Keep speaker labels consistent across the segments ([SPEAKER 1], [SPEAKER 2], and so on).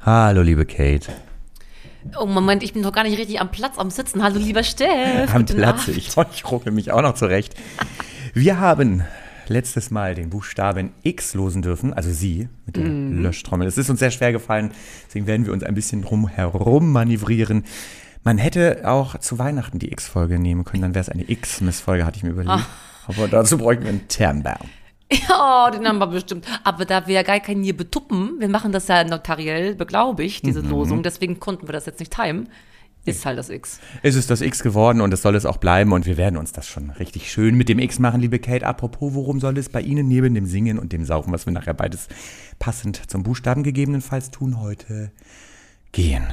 [SPEAKER 1] Hallo, liebe Kate.
[SPEAKER 2] Oh Moment, ich bin noch gar nicht richtig am Platz, am Sitzen. Hallo, lieber Steff.
[SPEAKER 1] Am
[SPEAKER 2] guten
[SPEAKER 1] Platz.
[SPEAKER 2] Abend.
[SPEAKER 1] Ich, ich ruckel mich auch noch zurecht. Wir haben letztes Mal den Buchstaben X losen dürfen, also Sie mit der Löschtrommel. Es ist uns sehr schwer gefallen, deswegen werden wir uns ein bisschen drum herum manövrieren. Man hätte auch zu Weihnachten die X-Folge nehmen können, dann wäre es eine X-Miss-Folge, hatte ich mir überlegt. Aber dazu bräuchten wir einen Termbau.
[SPEAKER 2] Ja, den haben wir bestimmt. Aber da wir ja gar keinen hier betuppen, wir machen das ja notariell beglaubigt, diese
[SPEAKER 1] Mhm.
[SPEAKER 2] Losung. Deswegen konnten wir das jetzt nicht timen. Ist halt das X.
[SPEAKER 1] Es ist das X geworden und es soll es auch bleiben und wir werden uns das schon richtig schön mit dem X machen, liebe Kate. Apropos, worum soll es bei Ihnen neben dem Singen und dem Saufen, was wir nachher beides passend zum Buchstaben gegebenenfalls tun, heute gehen?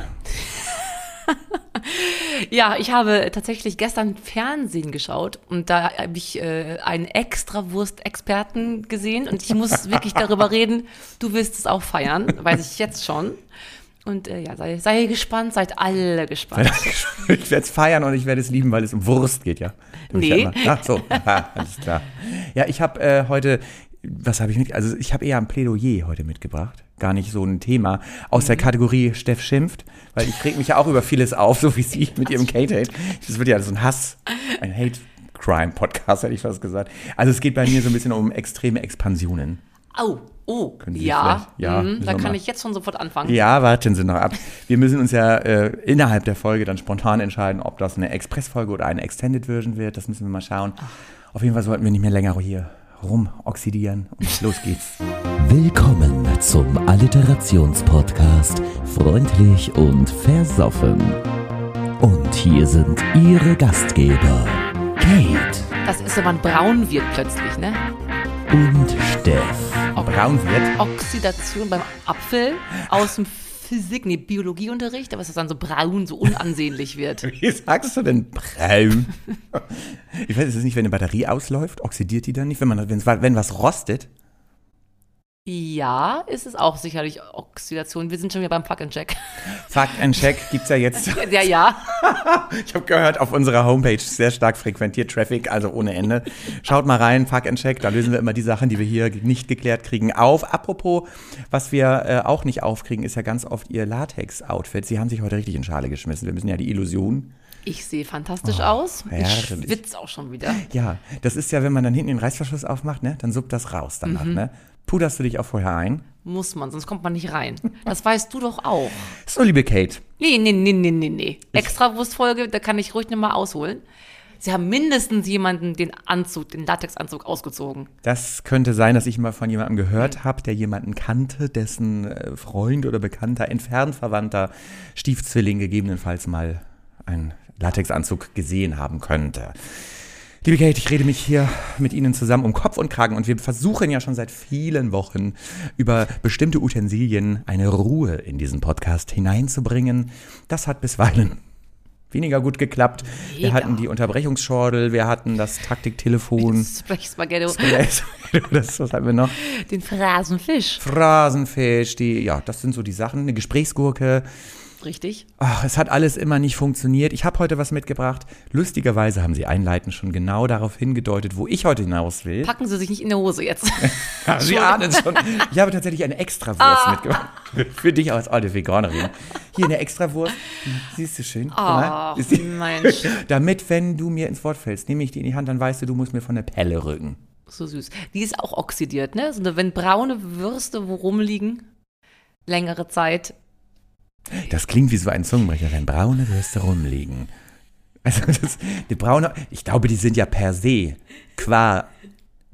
[SPEAKER 2] Ja, ich habe tatsächlich gestern Fernsehen geschaut und da habe ich äh, einen Extrawurst-Experten gesehen und ich muss wirklich darüber reden. Du wirst es auch feiern, weiß ich jetzt schon. Und äh, ja, sei, sei gespannt, seid alle gespannt.
[SPEAKER 1] Ich werde es feiern und ich werde es lieben, weil es um Wurst geht, ja? Da bin ich
[SPEAKER 2] Nee.
[SPEAKER 1] ja immer- Ach so, Aha, alles klar. Ja, ich habe äh, heute, was habe ich mit, also ich habe eher ein Plädoyer heute mitgebracht. Gar nicht so ein Thema aus der Kategorie Steff schimpft, weil ich reg mich ja auch über vieles auf, so wie sie mit ihrem Kate-Hate. Das wird ja so ein Hass, ein Hate-Crime-Podcast, hätte ich fast gesagt. Also es geht bei mir so ein bisschen um extreme Expansionen.
[SPEAKER 2] Au, oh,
[SPEAKER 1] Sie
[SPEAKER 2] ja,
[SPEAKER 1] vielleicht- ja,
[SPEAKER 2] mhm,
[SPEAKER 1] müssen
[SPEAKER 2] da
[SPEAKER 1] wir
[SPEAKER 2] kann
[SPEAKER 1] mal-
[SPEAKER 2] ich jetzt schon sofort anfangen.
[SPEAKER 1] Ja, warten Sie noch ab. Wir müssen uns ja äh, innerhalb der Folge dann spontan entscheiden, ob das eine Express-Folge oder eine Extended Version wird. Das müssen wir mal schauen. Auf jeden Fall sollten wir nicht mehr länger hier rumoxidieren. Und los geht's.
[SPEAKER 3] Willkommen zum Alliterationspodcast Freundlich und Versoffen. Und hier sind Ihre Gastgeber, Kate
[SPEAKER 2] Das ist, wenn man braun wird plötzlich, ne?
[SPEAKER 3] und Steff.
[SPEAKER 1] Braun wird.
[SPEAKER 2] Oxidation beim Apfel aus dem Physik, nee, Biologieunterricht, aber es ist dann so braun, so unansehnlich wird.
[SPEAKER 1] Wie sagst du denn braun? Ich weiß es ist nicht, wenn eine Batterie ausläuft, oxidiert die dann nicht? Wenn, man, wenn's- wenn was rostet?
[SPEAKER 2] Ja, ist es auch sicherlich Oxidation. Wir sind schon wieder beim Fuck and Check.
[SPEAKER 1] Fact and Check gibt's ja jetzt.
[SPEAKER 2] Ja, ja.
[SPEAKER 1] Ich habe gehört, auf unserer Homepage sehr stark frequentiert Traffic, also ohne Ende. Schaut mal rein, Fuck and Check, da lösen wir immer die Sachen, die wir hier nicht geklärt kriegen, auf. Apropos, was wir äh, auch nicht aufkriegen, ist ja ganz oft ihr Latex-Outfit. Sie haben sich heute richtig in Schale geschmissen. Wir müssen ja die Illusion.
[SPEAKER 2] Ich sehe fantastisch aus. Ich
[SPEAKER 1] Oh, herrlich.
[SPEAKER 2] schwitze auch schon wieder.
[SPEAKER 1] Ja, das ist ja, wenn man dann hinten den Reißverschluss aufmacht, ne, dann suppt das raus danach, ne? Puderst du dich auch vorher ein?
[SPEAKER 2] Muss man, sonst kommt man nicht rein. Das weißt du doch auch.
[SPEAKER 1] So, liebe Kate,
[SPEAKER 2] Nee, nee, nee, nee, nee, nee. Extrawurstfolge, da kann ich ruhig nochmal ausholen. Sie haben mindestens jemanden den Anzug, den Latexanzug ausgezogen.
[SPEAKER 1] Hm. Das könnte sein, dass ich mal von jemandem gehört habe, der jemanden kannte, dessen äh, Freund oder Bekannter, entfernt verwandter Stiefzwilling gegebenenfalls mal einen Latexanzug gesehen haben könnte. Liebe Kate, ich rede mich hier mit Ihnen zusammen um Kopf und Kragen und wir versuchen ja schon seit vielen Wochen über bestimmte Utensilien eine Ruhe in diesen Podcast hineinzubringen. Das hat bisweilen weniger gut geklappt. Wir
[SPEAKER 2] Mega.
[SPEAKER 1] hatten die Unterbrechungsschordel, wir hatten das Taktiktelefon.
[SPEAKER 2] Sprech's mal gerne
[SPEAKER 1] Yes. das, was haben wir noch?
[SPEAKER 2] den Phrasenfisch.
[SPEAKER 1] Phrasenfisch, die, ja, das sind so die Sachen. Eine Gesprächsgurke.
[SPEAKER 2] Richtig?
[SPEAKER 1] Ach, es hat alles immer nicht funktioniert. Ich habe heute was mitgebracht. Lustigerweise haben sie einleitend schon genau darauf hingedeutet, wo ich heute hinaus will.
[SPEAKER 2] Packen Sie sich nicht in die Hose jetzt.
[SPEAKER 1] sie ahnen es schon. Ich habe tatsächlich eine Extrawurst mitgebracht. Für dich als alte Veganerin. Hier eine Extrawurst. Siehst du schön? Guck mal.
[SPEAKER 2] Ach,
[SPEAKER 1] Ist die-
[SPEAKER 2] Mensch.
[SPEAKER 1] Damit, wenn du mir ins Wort fällst, nehme ich die in die Hand, dann weißt du, du musst mir von der Pelle rücken.
[SPEAKER 2] So süß. Die ist auch oxidiert, ne? So, eine- wenn braune Würste wo rumliegen, längere Zeit.
[SPEAKER 1] Das klingt wie so ein Zungenbrecher, wenn braune Würste rumliegen. Also das, die braune, ich glaube, die sind ja per se qua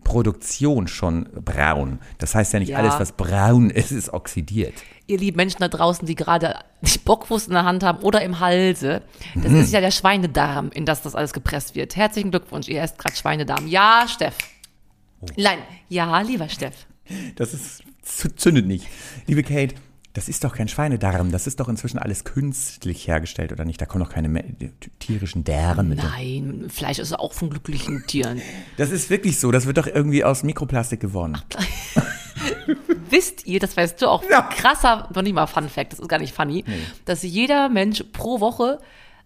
[SPEAKER 1] Produktion schon braun. Das heißt ja nicht
[SPEAKER 2] Ja.
[SPEAKER 1] alles, was braun ist, ist oxidiert.
[SPEAKER 2] Ihr lieben Menschen da draußen, die gerade die Bockwurst in der Hand haben oder im Halse, das
[SPEAKER 1] Mhm.
[SPEAKER 2] ist ja der Schweinedarm, in das das alles gepresst wird. Herzlichen Glückwunsch, ihr esst gerade Schweinedarm. Ja, Steff.
[SPEAKER 1] Oh.
[SPEAKER 2] Nein, ja, lieber Steff.
[SPEAKER 1] Das ist z- zündet nicht. Liebe Kate, das ist doch kein Schweinedarm. Das ist doch inzwischen alles künstlich hergestellt, oder nicht? Da kommen doch keine me- tierischen Därme.
[SPEAKER 2] Nein, Fleisch ist auch von glücklichen Tieren.
[SPEAKER 1] Das ist wirklich so. Das wird doch irgendwie aus Mikroplastik gewonnen.
[SPEAKER 2] Wisst ihr, das weißt du auch,
[SPEAKER 1] Ja.
[SPEAKER 2] krasser, noch nicht mal Fun Fact, das ist gar nicht funny, dass jeder Mensch pro Woche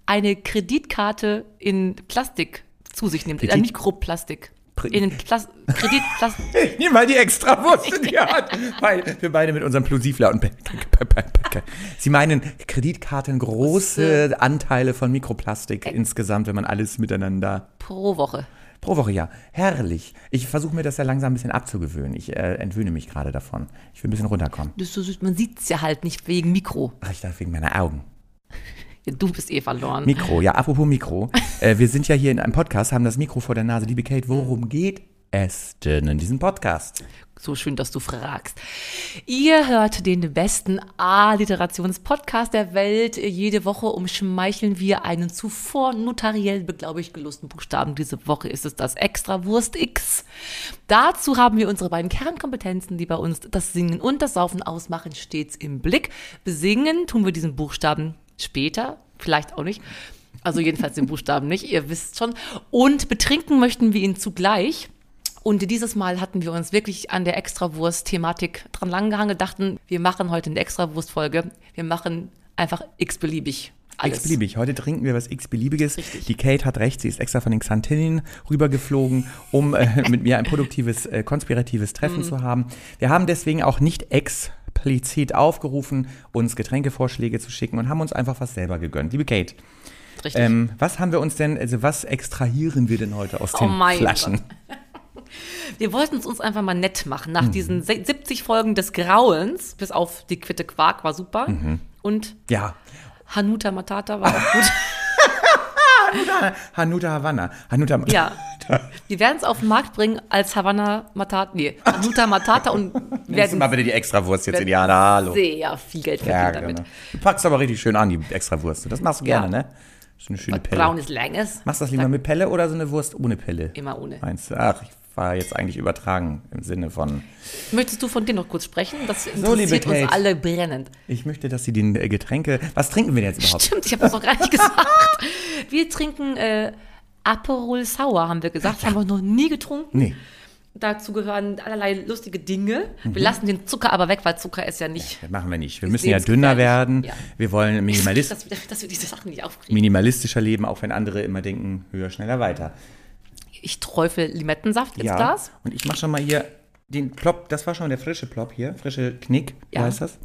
[SPEAKER 2] eine Kreditkarte in Plastik zu sich nimmt, in
[SPEAKER 1] Kredit-
[SPEAKER 2] Mikroplastik. in den Plas Kreditplas
[SPEAKER 1] Ich nehme mal die extra Wurst in die Hand. Weil wir beide mit unserem Plusivler und Sie meinen Kreditkarten große Anteile von Mikroplastik insgesamt, wenn man alles miteinander
[SPEAKER 2] pro Woche.
[SPEAKER 1] pro Woche ja. Herrlich. Ich versuche mir das ja langsam ein bisschen abzugewöhnen. Ich äh, entwöhne mich gerade davon. Ich will ein bisschen runterkommen.
[SPEAKER 2] Das ist so süß, man sieht es ja halt nicht wegen Mikro.
[SPEAKER 1] Ach, ich dachte wegen meiner Augen.
[SPEAKER 2] Ja, du bist eh verloren.
[SPEAKER 1] Mikro, ja, apropos Mikro. äh, wir sind ja hier in einem Podcast, haben das Mikro vor der Nase. Liebe Kate, worum geht es denn in diesem Podcast?
[SPEAKER 2] So schön, dass du fragst. Ihr hört den besten A-Literations-Podcast der Welt. Jede Woche umschmeicheln wir einen zuvor notariell beglaubigt gelosten Buchstaben. Diese Woche ist es das Extra Wurst X. Dazu haben wir unsere beiden Kernkompetenzen, die bei uns das Singen und das Saufen ausmachen, stets im Blick. Besingen tun wir diesen Buchstaben später, vielleicht auch nicht. Also jedenfalls den Buchstaben nicht, ihr wisst schon. Und betrinken möchten wir ihn zugleich. Und dieses Mal hatten wir uns wirklich an der Extrawurst-Thematik dran langgehangen, dachten, wir machen heute eine Extrawurst-Folge. Wir machen einfach x-beliebig alles.
[SPEAKER 1] X-beliebig. Heute trinken wir was x-beliebiges. Die Kate hat recht, sie ist extra von den Xantinnen rübergeflogen, um äh, mit mir ein produktives, äh, konspiratives Treffen
[SPEAKER 2] Mhm.
[SPEAKER 1] zu haben. Wir haben deswegen auch nicht explizit aufgerufen, uns Getränkevorschläge zu schicken und haben uns einfach was selber gegönnt. Liebe Kate,
[SPEAKER 2] Richtig.
[SPEAKER 1] ähm, was haben wir uns denn, also was extrahieren wir denn heute aus
[SPEAKER 2] Oh
[SPEAKER 1] den
[SPEAKER 2] mein
[SPEAKER 1] Flaschen?
[SPEAKER 2] Wir wollten es uns einfach mal nett machen.
[SPEAKER 1] Mhm.
[SPEAKER 2] Nach diesen se- 70 Folgen des Grauens, bis auf die Quitte Quark war super.
[SPEAKER 1] Mhm.
[SPEAKER 2] Und
[SPEAKER 1] Ja,
[SPEAKER 2] Hanuta Matata war auch gut.
[SPEAKER 1] Hanuta Havanna. Hanuta
[SPEAKER 2] Ja. Wir werden es auf den Markt bringen als Havanna Matata. Nee, Hanuta Matata und
[SPEAKER 1] Nimmst du mal
[SPEAKER 2] werden
[SPEAKER 1] bitte die Extrawurst jetzt
[SPEAKER 2] werden
[SPEAKER 1] in die Hand. Hallo.
[SPEAKER 2] sehr viel Geld
[SPEAKER 1] Ja,
[SPEAKER 2] verdienen damit.
[SPEAKER 1] genau. Du packst aber richtig schön an, die Extrawurst. Das machst du gerne, ne? So eine schöne Pelle.
[SPEAKER 2] Braunes, langes.
[SPEAKER 1] Machst du das lieber mit Pelle oder so eine Wurst ohne Pelle?
[SPEAKER 2] Immer ohne.
[SPEAKER 1] Meinst du? Ach, ich war jetzt eigentlich übertragen im Sinne von.
[SPEAKER 2] Möchtest du von dir noch kurz sprechen? Das
[SPEAKER 1] liebe
[SPEAKER 2] interessiert
[SPEAKER 1] Kate.
[SPEAKER 2] uns alle brennend.
[SPEAKER 1] Ich möchte, dass sie den äh, Getränke. Was trinken wir denn jetzt überhaupt?
[SPEAKER 2] Stimmt, ich habe das noch gar nicht gesagt. Wir trinken äh, Aperol Sour, haben wir gesagt. Das haben wir noch nie getrunken.
[SPEAKER 1] Nee.
[SPEAKER 2] Dazu gehören allerlei lustige Dinge.
[SPEAKER 1] Mhm.
[SPEAKER 2] Wir lassen den Zucker aber weg, weil Zucker ist ja nicht.
[SPEAKER 1] Das machen wir nicht. Wir müssen ja
[SPEAKER 2] lebensgefährlich.
[SPEAKER 1] dünner werden.
[SPEAKER 2] Ja.
[SPEAKER 1] Wir wollen minimalist,
[SPEAKER 2] Dass, wir- dass wir diese Sachen nicht aufkriegen.
[SPEAKER 1] minimalistischer leben, auch wenn andere immer denken, höher, schneller, weiter.
[SPEAKER 2] Ich träufle Limettensaft ins Glas.
[SPEAKER 1] Und ich mache schon mal hier den Plop. Das war schon der frische Plop hier. Frische Knick. Wie
[SPEAKER 2] Ja.
[SPEAKER 1] heißt das?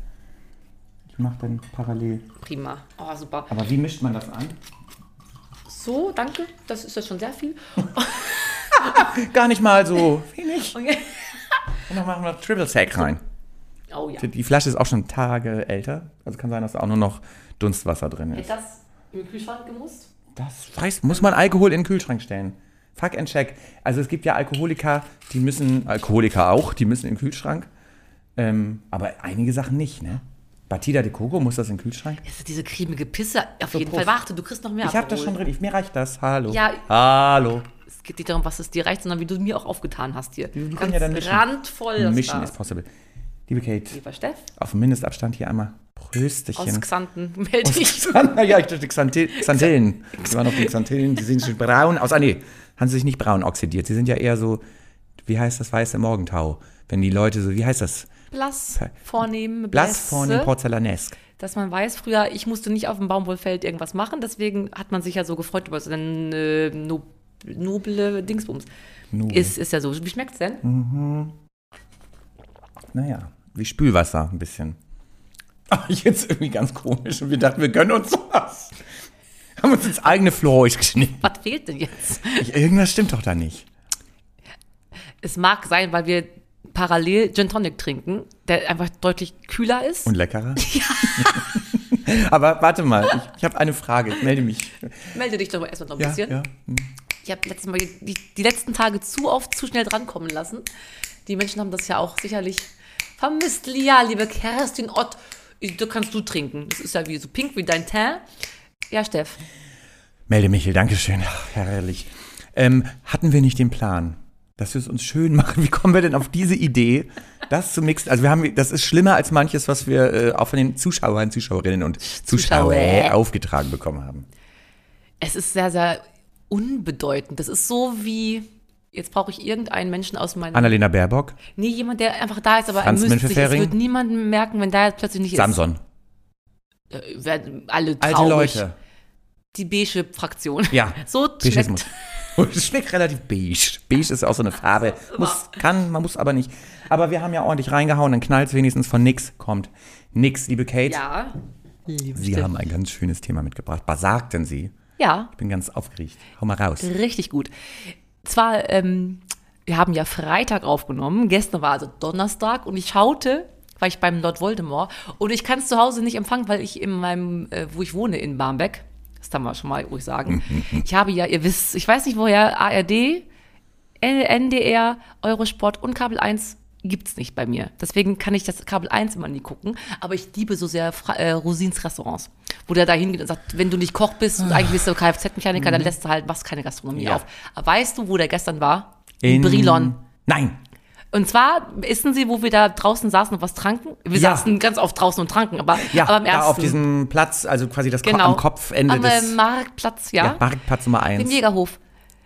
[SPEAKER 1] Ich mache dann parallel.
[SPEAKER 2] Prima. Oh, super.
[SPEAKER 1] Aber wie mischt man das an?
[SPEAKER 2] So, danke. Das ist ja schon sehr viel.
[SPEAKER 1] Gar nicht mal so wenig.
[SPEAKER 2] Okay.
[SPEAKER 1] Und dann machen wir Triple Sec rein.
[SPEAKER 2] Oh ja.
[SPEAKER 1] Die- Die Flasche ist auch schon Tage älter. Also kann sein, dass da auch nur noch Dunstwasser drin
[SPEAKER 2] Hätte
[SPEAKER 1] ist.
[SPEAKER 2] das im Kühlschrank gemusst?
[SPEAKER 1] Das weiß, muss man Alkohol in den Kühlschrank stellen. Fuck and check. Also es gibt ja Alkoholiker, die müssen, Alkoholiker auch, die müssen in den Kühlschrank. Ähm, aber einige Sachen nicht, ne? Batida de Coco, muss das in den Kühlschrank?
[SPEAKER 2] Das ist diese cremige Pisse. Auf jeden
[SPEAKER 1] Prost.
[SPEAKER 2] Fall. Warte, du kriegst noch mehr
[SPEAKER 1] Ich habe das
[SPEAKER 2] Aperol.
[SPEAKER 1] schon drin. Ich, mir reicht das. Hallo.
[SPEAKER 2] Ja.
[SPEAKER 1] Hallo.
[SPEAKER 2] Es geht nicht darum, was es dir reicht, sondern wie du mir auch aufgetan hast hier.
[SPEAKER 1] können
[SPEAKER 2] Ganz
[SPEAKER 1] ja dann mischen.
[SPEAKER 2] randvoll das
[SPEAKER 1] Mission
[SPEAKER 2] Glas.
[SPEAKER 1] is possible. Liebe Kate,
[SPEAKER 2] Lieber Steff,
[SPEAKER 1] auf dem Mindestabstand hier einmal
[SPEAKER 2] aus
[SPEAKER 1] Prösterchen.
[SPEAKER 2] Xanten melde dich.
[SPEAKER 1] ja, ich dachte Xanthi- Xanthillen. Die waren auf den Xanthillen, die sehen schon braun aus. Ah, nee, haben sie sich nicht braun oxidiert. Sie sind ja eher so, wie heißt das weiße Morgentau? Wenn die Leute so, wie heißt das?
[SPEAKER 2] Blass vornehm,
[SPEAKER 1] Blass vorne
[SPEAKER 2] blässe,
[SPEAKER 1] porzellanesk.
[SPEAKER 2] dass man weiß, früher, ich musste nicht auf dem Baumwollfeld irgendwas machen, deswegen hat man sich ja so gefreut über so einen äh, no, noble Dingsbums.
[SPEAKER 1] Nobel.
[SPEAKER 2] Ist, ist ja so. Wie schmeckt's denn?
[SPEAKER 1] Hm. Naja, wie Spülwasser ein bisschen. Ah, jetzt irgendwie ganz komisch und wir dachten, wir gönnen uns was. Haben uns ins eigene Fleisch geschnitten.
[SPEAKER 2] Was fehlt denn jetzt?
[SPEAKER 1] Ich- Irgendwas stimmt doch da nicht.
[SPEAKER 2] Es mag sein, weil wir parallel Gin Tonic trinken, der einfach deutlich kühler ist.
[SPEAKER 1] Und leckerer? Aber warte mal, ich, ich habe eine Frage. Ich melde mich.
[SPEAKER 2] Melde dich doch erstmal noch ein
[SPEAKER 1] Ja,
[SPEAKER 2] bisschen.
[SPEAKER 1] ja.
[SPEAKER 2] Ich habe letztes Mal die, die letzten Tage zu oft zu schnell drankommen lassen. Die Menschen haben das ja auch sicherlich vermisst. Lia, liebe Kerstin Ott, ich- da kannst du trinken. Das ist ja wie so pink wie dein Teint. Ja, Steff.
[SPEAKER 1] Melde Michel, Dankeschön. Ach, herrlich. Ähm, hatten wir nicht den Plan, dass wir es uns schön machen? Wie kommen wir denn auf diese Idee, das zu mixen? Also wir haben, das ist schlimmer als manches, was wir äh, auch von den Zuschauern, Zuschauerinnen und Zuschauer,
[SPEAKER 2] Zuschauer.
[SPEAKER 1] aufgetragen bekommen haben.
[SPEAKER 2] Es ist sehr, sehr unbedeutend. Das ist so wie. Jetzt brauche ich irgendeinen Menschen aus meinem.
[SPEAKER 1] Annalena Baerbock,
[SPEAKER 2] nee, jemand, der einfach da ist, aber
[SPEAKER 1] Franz
[SPEAKER 2] er müsste sich. Es
[SPEAKER 1] Müntefering?
[SPEAKER 2] wird niemanden merken, wenn da jetzt plötzlich nicht
[SPEAKER 1] Samson,
[SPEAKER 2] ist. Äh, werden alle
[SPEAKER 1] alte
[SPEAKER 2] traurig.
[SPEAKER 1] Leute.
[SPEAKER 2] Die beige Fraktion.
[SPEAKER 1] Ja,
[SPEAKER 2] So
[SPEAKER 1] Beschismus.
[SPEAKER 2] schmeckt
[SPEAKER 1] Und Oh, es schmeckt relativ beige. Beige ist ja auch so eine Farbe. Muss, kann, man muss aber nicht. Aber wir haben ja ordentlich reingehauen, dann knallt es wenigstens von nix kommt. Nix, liebe Kate.
[SPEAKER 2] Ja.
[SPEAKER 1] Sie haben ein ganz schönes Thema mitgebracht. Was sagten Sie?
[SPEAKER 2] Ja,
[SPEAKER 1] Bin ganz aufgeregt. Hau mal raus.
[SPEAKER 2] richtig gut. Zwar, ähm, wir haben ja Freitag aufgenommen, gestern war also Donnerstag und ich schaute, war ich beim Lord Voldemort und ich kann es zu Hause nicht empfangen, weil ich in meinem, äh, wo ich wohne, in Barmbek, das kann man schon mal ruhig sagen, ich habe ja, ihr wisst, ich weiß nicht woher, ARD, NDR, Eurosport und Kabel 1 gibt's nicht bei mir. Deswegen kann ich das Kabel 1 immer nie gucken. Aber ich liebe so sehr Fra äh, Rosins Restaurants, wo der da hingeht und sagt, wenn du nicht Koch bist und eigentlich bist du Kfz-Mechaniker, dann lässt du halt, machst keine Gastronomie
[SPEAKER 1] Mhm. Ja.
[SPEAKER 2] auf. Aber weißt du, wo der gestern war? In Brilon.
[SPEAKER 1] Nein.
[SPEAKER 2] Und zwar wissen Sie, wo wir da draußen saßen und was tranken? Wir
[SPEAKER 1] Ja.
[SPEAKER 2] saßen ganz oft draußen und tranken, aber,
[SPEAKER 1] Ja,
[SPEAKER 2] aber am
[SPEAKER 1] da
[SPEAKER 2] ersten. Genau.
[SPEAKER 1] auf diesem Platz, also quasi das Ko am Kopfende
[SPEAKER 2] am, äh,
[SPEAKER 1] des
[SPEAKER 2] Marktplatz, ja.
[SPEAKER 1] ja, Marktplatz Nummer 1.
[SPEAKER 2] Im Jägerhof.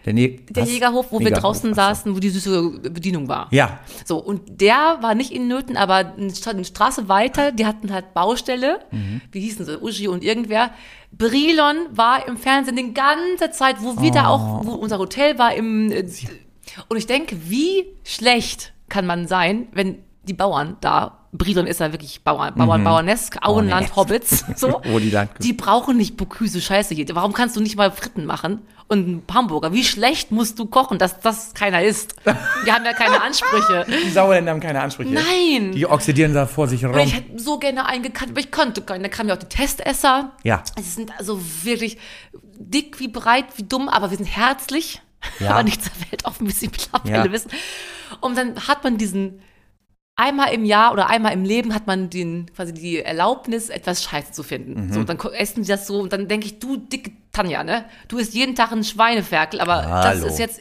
[SPEAKER 1] Der, Ne-
[SPEAKER 2] Der
[SPEAKER 1] was?
[SPEAKER 2] Jägerhof, wo wir
[SPEAKER 1] Jägerhof,
[SPEAKER 2] draußen
[SPEAKER 1] ach so.
[SPEAKER 2] saßen, wo die süße Bedienung war.
[SPEAKER 1] Ja,
[SPEAKER 2] So, und der war nicht in Nöten, aber eine Stra- eine Straße weiter, die hatten halt Baustelle, wie hießen sie, Uschi und irgendwer. Brilon war im Fernsehen die ganze Zeit, wo wir da auch, wo unser Hotel war im, äh, und ich denke, wie schlecht kann man sein, wenn die Bauern da, Brilon ist ja wirklich Bauern, Bauern, Bauernesk, Auenland,
[SPEAKER 1] Bauernesk.
[SPEAKER 2] Hobbits, so.
[SPEAKER 1] Wo die dann-
[SPEAKER 2] die brauchen nicht Bocuse Scheiße hier. Warum kannst du nicht mal Fritten machen und einen Hamburger? Wie schlecht musst du kochen, dass das keiner isst? Wir haben ja keine Ansprüche.
[SPEAKER 1] die Sauerländer haben keine Ansprüche.
[SPEAKER 2] Nein.
[SPEAKER 1] Die oxidieren da vor sich rum.
[SPEAKER 2] Und ich hätte so gerne einen gekannt, aber ich konnte keinen. Da kamen ja auch die Testesser.
[SPEAKER 1] Ja.
[SPEAKER 2] Es sind also wirklich dick wie breit wie dumm, aber wir sind herzlich.
[SPEAKER 1] Ja.
[SPEAKER 2] Aber nichts der Welt auf ein bisschen Plapelle
[SPEAKER 1] Ja.
[SPEAKER 2] wissen. Und dann hat man diesen einmal im Jahr oder einmal im Leben hat man den, quasi die Erlaubnis, etwas Scheiße zu finden.
[SPEAKER 1] Mhm.
[SPEAKER 2] So, und dann ko- essen die das so und dann denke ich, du dicke Tanja, ne? Du isst jeden Tag ein Schweineferkel, aber
[SPEAKER 1] Hallo.
[SPEAKER 2] das ist jetzt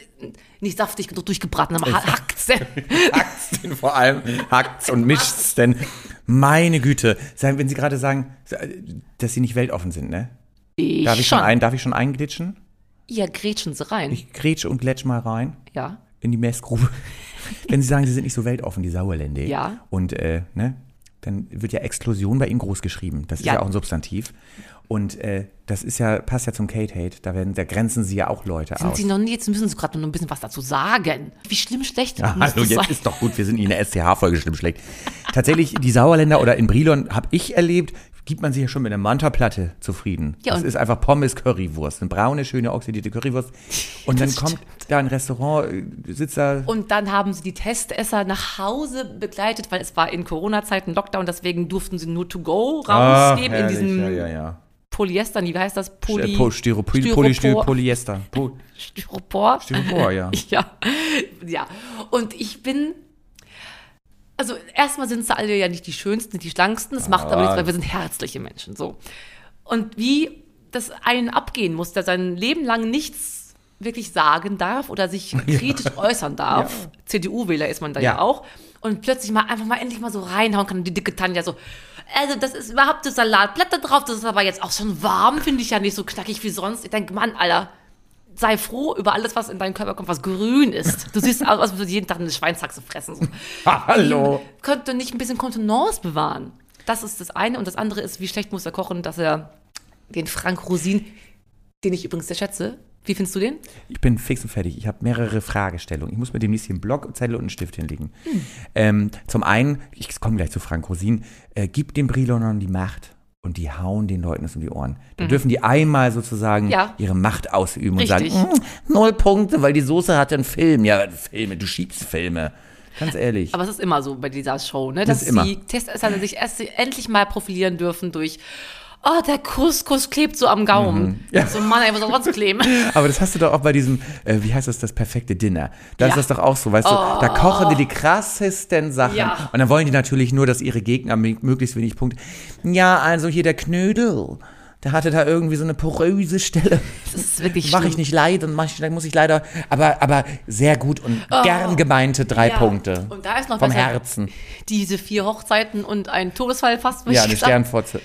[SPEAKER 2] nicht saftig genug durchgebraten, aber ha- hackt's.
[SPEAKER 1] hackt's denn vor allem, hackt's und mischt's denn. Meine Güte, Sagen, wenn Sie gerade sagen, äh, dass Sie nicht weltoffen sind, ne?
[SPEAKER 2] Ich
[SPEAKER 1] Darf ich schon, ein, darf ich schon einglitschen?
[SPEAKER 2] Ja, grätschen sie rein.
[SPEAKER 1] Ich grätsche und glätsch mal rein
[SPEAKER 2] ja.
[SPEAKER 1] in die Messgrube. wenn Sie sagen, Sie sind nicht so weltoffen, die Sauerländer.
[SPEAKER 2] Ja.
[SPEAKER 1] Und, äh, ne? Dann wird ja Explosion bei Ihnen groß geschrieben. Das ist
[SPEAKER 2] Ja.
[SPEAKER 1] ja, auch ein Substantiv. Und äh, das ist ja, passt ja zum Kate-Hate. Da, werden- da grenzen Sie ja auch Leute
[SPEAKER 2] Sind
[SPEAKER 1] aus.
[SPEAKER 2] Sie noch nie, jetzt müssen Sie gerade noch ein bisschen was dazu sagen. Wie schlimm schlecht
[SPEAKER 1] Ja,
[SPEAKER 2] muss
[SPEAKER 1] Also
[SPEAKER 2] das
[SPEAKER 1] jetzt
[SPEAKER 2] sein?
[SPEAKER 1] ist doch gut, wir sind in der STH-Folge schlimm schlecht. Tatsächlich, die Sauerländer oder in Brilon habe ich erlebt, gibt man sich ja schon mit einer Manta-Platte zufrieden.
[SPEAKER 2] Ja,
[SPEAKER 1] das
[SPEAKER 2] und-
[SPEAKER 1] ist einfach Pommes-Currywurst, eine braune, schöne, oxidierte Currywurst. Und dann kommt da ein Restaurant, äh, sitzt da,
[SPEAKER 2] Und dann haben sie die Testesser nach Hause begleitet, weil es war in Corona-Zeiten Lockdown, deswegen durften sie nur to go rausgeben in diesem
[SPEAKER 1] Ah, ja, ja, ja.
[SPEAKER 2] Polyester, nee, wie heißt das? Poly
[SPEAKER 1] Äh, Poly, po, Styropor, Polystyro- Polyester. Po,
[SPEAKER 2] Styropor.
[SPEAKER 1] Styropor, ja.
[SPEAKER 2] Ja, ja. Und ich bin. Also erstmal sind sie alle ja nicht die schönsten, nicht die schlanksten. Das macht aber nichts, weil wir sind herzliche Menschen. So. Und wie das einen abgehen muss, der sein Leben lang nichts wirklich sagen darf oder sich kritisch äußern darf. CDU-Wähler ist man da ja.
[SPEAKER 1] Ja.
[SPEAKER 2] auch. Und plötzlich mal einfach mal endlich mal so reinhauen kann. Und die dicke Tanja so, also das ist überhaupt das Salatblatt da drauf, das ist aber jetzt auch schon warm, finde ich ja nicht so knackig wie sonst. Ich denke, Mann, Alter, sei froh über alles, was in deinen Körper kommt, was grün ist. Du siehst aus, als würdest du jeden Tag eine Schweinshaxe fressen. So.
[SPEAKER 1] Hallo.
[SPEAKER 2] Könnte nicht ein bisschen Kontenance bewahren. Das ist das eine. Und das andere ist, wie schlecht muss er kochen, dass er den Frank Rosin, den ich übrigens sehr schätze, wie findest du den?
[SPEAKER 1] Ich bin fix und fertig. Ich habe mehrere Fragestellungen. Ich muss mir demnächst hier einen Block, Zettel und einen Stift hinlegen. Ähm, zum einen, ich komme gleich zu Frank Rosin, äh, gib den Brilonern die Macht und die hauen den Leuten das um die Ohren. Dann dürfen die einmal sozusagen
[SPEAKER 2] Ja.
[SPEAKER 1] ihre Macht ausüben und
[SPEAKER 2] Richtig.
[SPEAKER 1] sagen, "Mm, null Punkte, weil die Soße hat einen Film. Ja, Filme, du schiebst Filme. Ganz ehrlich.
[SPEAKER 2] Aber es ist immer so bei dieser Show, ne?
[SPEAKER 1] Das
[SPEAKER 2] dass
[SPEAKER 1] ist immer.
[SPEAKER 2] die Testesser sich erst endlich mal profilieren dürfen durch, oh, der Couscous klebt so am Gaumen.
[SPEAKER 1] Mhm.
[SPEAKER 2] So, Mann, ey, was soll sonst kleben?
[SPEAKER 1] Aber das hast du doch auch bei diesem, äh, wie heißt das, das perfekte Dinner. Da
[SPEAKER 2] Ja. Oh.
[SPEAKER 1] ist das doch auch so, weißt du, da kochen die die krassesten Sachen.
[SPEAKER 2] Ja.
[SPEAKER 1] Und dann wollen die natürlich nur, dass ihre Gegner mi- möglichst wenig Punkte. Ja, also hier der Knödel, der hatte da irgendwie so eine poröse Stelle.
[SPEAKER 2] Das ist wirklich
[SPEAKER 1] Mache
[SPEAKER 2] schlimm.
[SPEAKER 1] ich nicht leid und mach ich, muss ich leider, aber, aber sehr gut und gern gemeinte drei
[SPEAKER 2] Oh. Ja.
[SPEAKER 1] Punkte.
[SPEAKER 2] Und da ist noch
[SPEAKER 1] Vom
[SPEAKER 2] besser.
[SPEAKER 1] Herzen.
[SPEAKER 2] Diese vier Hochzeiten und ein Todesfall fast.
[SPEAKER 1] Ja, eine Sternfotze.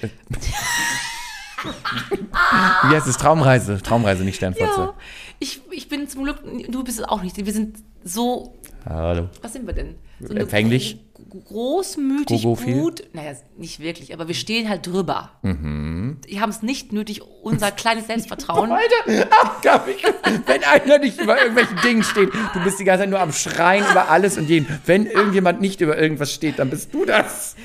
[SPEAKER 1] Wie heißt es? Traumreise. Traumreise, nicht Sternfotze.
[SPEAKER 2] Ja, ich, ich bin zum Glück, du bist es auch nicht. Wir sind so,
[SPEAKER 1] Ah, Hallo.
[SPEAKER 2] was sind wir denn? So eine
[SPEAKER 1] Empfänglich.
[SPEAKER 2] großmütig
[SPEAKER 1] Gogo viel?
[SPEAKER 2] gut. Naja, nicht wirklich, aber wir stehen halt drüber.
[SPEAKER 1] Mhm.
[SPEAKER 2] Die haben es nicht nötig, unser kleines Selbstvertrauen.
[SPEAKER 1] Alter, Abgabe. Wenn einer nicht über irgendwelchen Dingen steht, du bist die ganze Zeit nur am Schreien über alles und jeden. Wenn irgendjemand nicht über irgendwas steht, dann bist du das.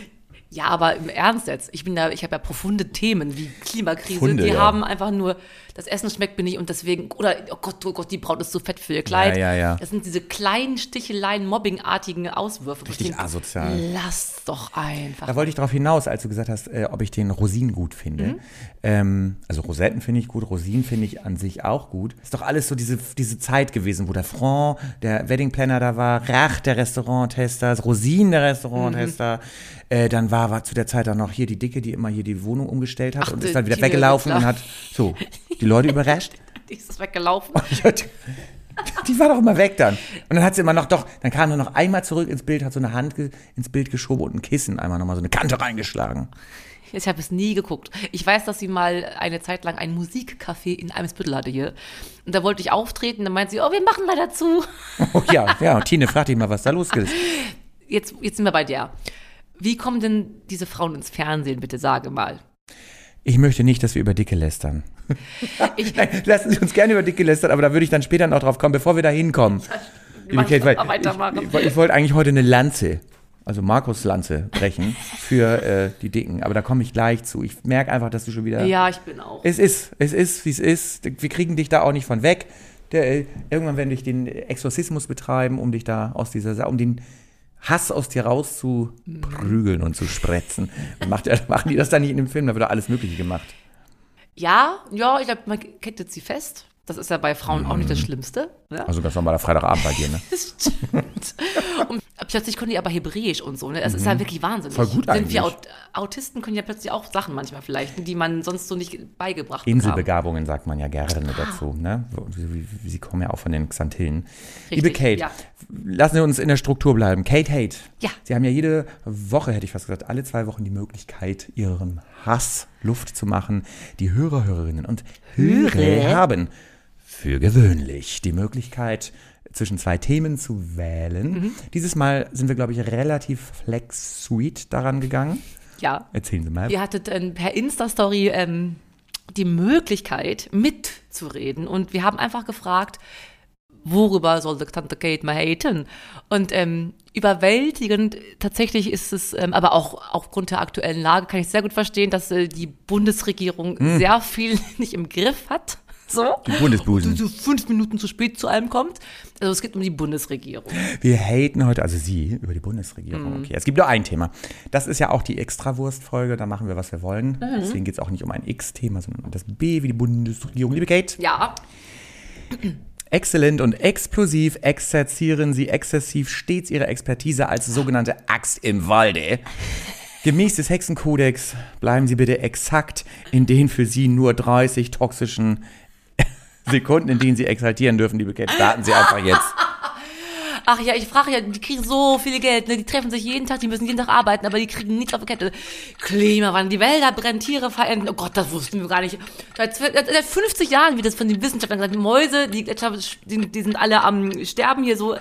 [SPEAKER 2] Ja, aber im Ernst jetzt, ich bin da, ich habe ja profunde Themen wie Klimakrise.
[SPEAKER 1] Profunde,
[SPEAKER 2] die
[SPEAKER 1] ja.
[SPEAKER 2] haben einfach nur, das Essen schmeckt mir nicht und deswegen, oder oh Gott, oh Gott, die Braut ist so fett für ihr Kleid.
[SPEAKER 1] Ja, ja, ja.
[SPEAKER 2] Das sind diese kleinen Sticheleien, mobbingartigen Auswürfe.
[SPEAKER 1] Richtig
[SPEAKER 2] Wo ich denke,
[SPEAKER 1] asozial.
[SPEAKER 2] Lass doch einfach.
[SPEAKER 1] Da wollte ich drauf hinaus, als du gesagt hast, äh, ob ich den Rosinen gut finde.
[SPEAKER 2] Mhm.
[SPEAKER 1] Ähm, also Rosetten finde ich gut, Rosinen finde ich an sich auch gut. Ist doch alles so diese, diese Zeit gewesen, wo der Franc, der Wedding Planner da war, Rach, der Restauranttester, Rosinen, der
[SPEAKER 2] Mhm.
[SPEAKER 1] Restauranttester. Äh, dann war, war zu der Zeit dann noch hier die Dicke, die immer hier die Wohnung umgestellt hat
[SPEAKER 2] Ach,
[SPEAKER 1] und
[SPEAKER 2] die-
[SPEAKER 1] ist dann wieder
[SPEAKER 2] die
[SPEAKER 1] weggelaufen und
[SPEAKER 2] Wirbelklar.
[SPEAKER 1] hat so die Leute überrascht.
[SPEAKER 2] Die ist weggelaufen.
[SPEAKER 1] Die war doch immer weg dann. Und dann hat sie immer noch, doch, dann kam nur noch einmal zurück ins Bild, hat so eine Hand ge ins Bild geschoben und ein Kissen einmal nochmal so eine Kante reingeschlagen.
[SPEAKER 2] Ich habe es nie geguckt. Ich weiß, dass sie mal eine Zeit lang ein Musikcafé in Eimsbüttel hatte hier. Und da wollte ich auftreten, dann meint sie, oh, wir machen leider zu.
[SPEAKER 1] Oh ja, ja, und Tine, frag dich mal, was da los ist.
[SPEAKER 2] Jetzt, jetzt sind wir bei der. Wie kommen denn diese Frauen ins Fernsehen, bitte sage mal?
[SPEAKER 1] Ich möchte nicht, dass wir über Dicke lästern.
[SPEAKER 2] Ich,
[SPEAKER 1] Nein, lassen Sie uns gerne über Dicke lästern, aber da würde ich dann später noch drauf kommen, bevor wir da hinkommen. Liebe
[SPEAKER 2] mach
[SPEAKER 1] Kate,
[SPEAKER 2] das
[SPEAKER 1] weil
[SPEAKER 2] mal weitermachen.
[SPEAKER 1] ich, ich, ich wollte eigentlich heute eine Lanze, also Markus Lanze, brechen für äh, die Dicken, aber da komme ich gleich zu. Ich merke einfach, dass du schon wieder...
[SPEAKER 2] ja, ich bin auch.
[SPEAKER 1] Es ist, es ist, wie es ist. Wir kriegen dich da auch nicht von weg. Der, äh, irgendwann werden wir dich den Exorzismus betreiben, um dich da aus dieser, Sa- um den Hass aus dir rauszuprügeln und zu spretzen. Macht, er- machen die das dann nicht in dem Film? Da wird doch alles Mögliche gemacht.
[SPEAKER 2] Ja, ja, ich glaube, man kettet sie fest. Das ist ja bei Frauen auch nicht
[SPEAKER 1] Mhm.
[SPEAKER 2] das Schlimmste. Ne?
[SPEAKER 1] Also ganz normaler Freitagabend bei dir, ne?
[SPEAKER 2] Das stimmt. Und plötzlich können die aber Hebräisch und so. Ne? Das ist ja wirklich wahnsinnig.
[SPEAKER 1] Mhm. Voll gut
[SPEAKER 2] Sind wir
[SPEAKER 1] eigentlich.
[SPEAKER 2] Aut Autisten können ja plötzlich auch Sachen manchmal vielleicht, die man sonst so nicht beigebracht bekam.
[SPEAKER 1] Inselbegabungen sagt man ja gerne
[SPEAKER 2] Ah.
[SPEAKER 1] dazu, ne? Sie- Sie kommen ja auch von den Xanthilen. Liebe Kate,
[SPEAKER 2] ja.
[SPEAKER 1] lassen Sie uns in der Struktur bleiben. Kate Hate.
[SPEAKER 2] Ja.
[SPEAKER 1] Sie haben ja jede Woche, hätte ich fast gesagt, alle zwei Wochen die Möglichkeit, Ihrem Hass Luft zu machen. Die Hörer, Hörerinnen und Hörer haben für gewöhnlich die Möglichkeit, zwischen zwei Themen zu wählen.
[SPEAKER 2] Mhm.
[SPEAKER 1] Dieses Mal sind wir, glaube ich, relativ flex-sweet daran gegangen.
[SPEAKER 2] Ja.
[SPEAKER 1] Erzählen Sie mal.
[SPEAKER 2] Ihr hattet ähm, per Insta-Story ähm, die Möglichkeit, mitzureden. Und wir haben einfach gefragt, worüber sollte Tante Kate mal haten? Und ähm, überwältigend tatsächlich ist es, ähm, aber auch aufgrund der aktuellen Lage kann ich sehr gut verstehen, dass äh, die Bundesregierung sehr viel nicht im Griff hat. So.
[SPEAKER 1] Die Bundesbusen.
[SPEAKER 2] Und so fünf Minuten zu spät zu allem kommt. Also es geht um die Bundesregierung.
[SPEAKER 1] Wir haten heute, also Sie, über die Bundesregierung. Okay, es gibt nur ein Thema. Das ist ja auch die Extrawurst-Folge, da machen wir, was wir wollen. Deswegen geht es auch nicht um ein X-Thema, sondern um das B wie die Bundesregierung. Liebe Kate,
[SPEAKER 2] Ja,
[SPEAKER 1] exzellent und explosiv exerzieren Sie exzessiv stets Ihre Expertise als sogenannte Axt im Walde. Gemäß des Hexenkodex bleiben Sie bitte exakt in den für Sie nur 30 toxischen Sekunden, in denen Sie exaltieren dürfen, liebe Kate. Starten Sie einfach jetzt.
[SPEAKER 2] Ach ja, ich frage ja, die kriegen so viel Geld, ne? die treffen sich jeden Tag, die müssen jeden Tag arbeiten, aber die kriegen nichts auf die Kette. Klimawandel, die Wälder brennen, Tiere verenden. Oh Gott, das wussten wir gar nicht. Seit, zw- seit seit 50 Jahren wird das von den Wissenschaftlern gesagt, die Mäuse, die Gletscher, die, die sind alle am Sterben hier so.